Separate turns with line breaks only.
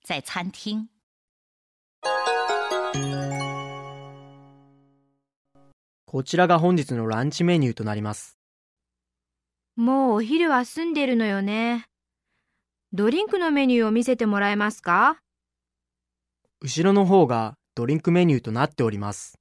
在餐厅。
こちらが本日のランチメニューとなります。
もうお昼は済んでるのよね。ドリンクのメニューを見せてもらえますか
後ろの方がドリンクメニューとなっております。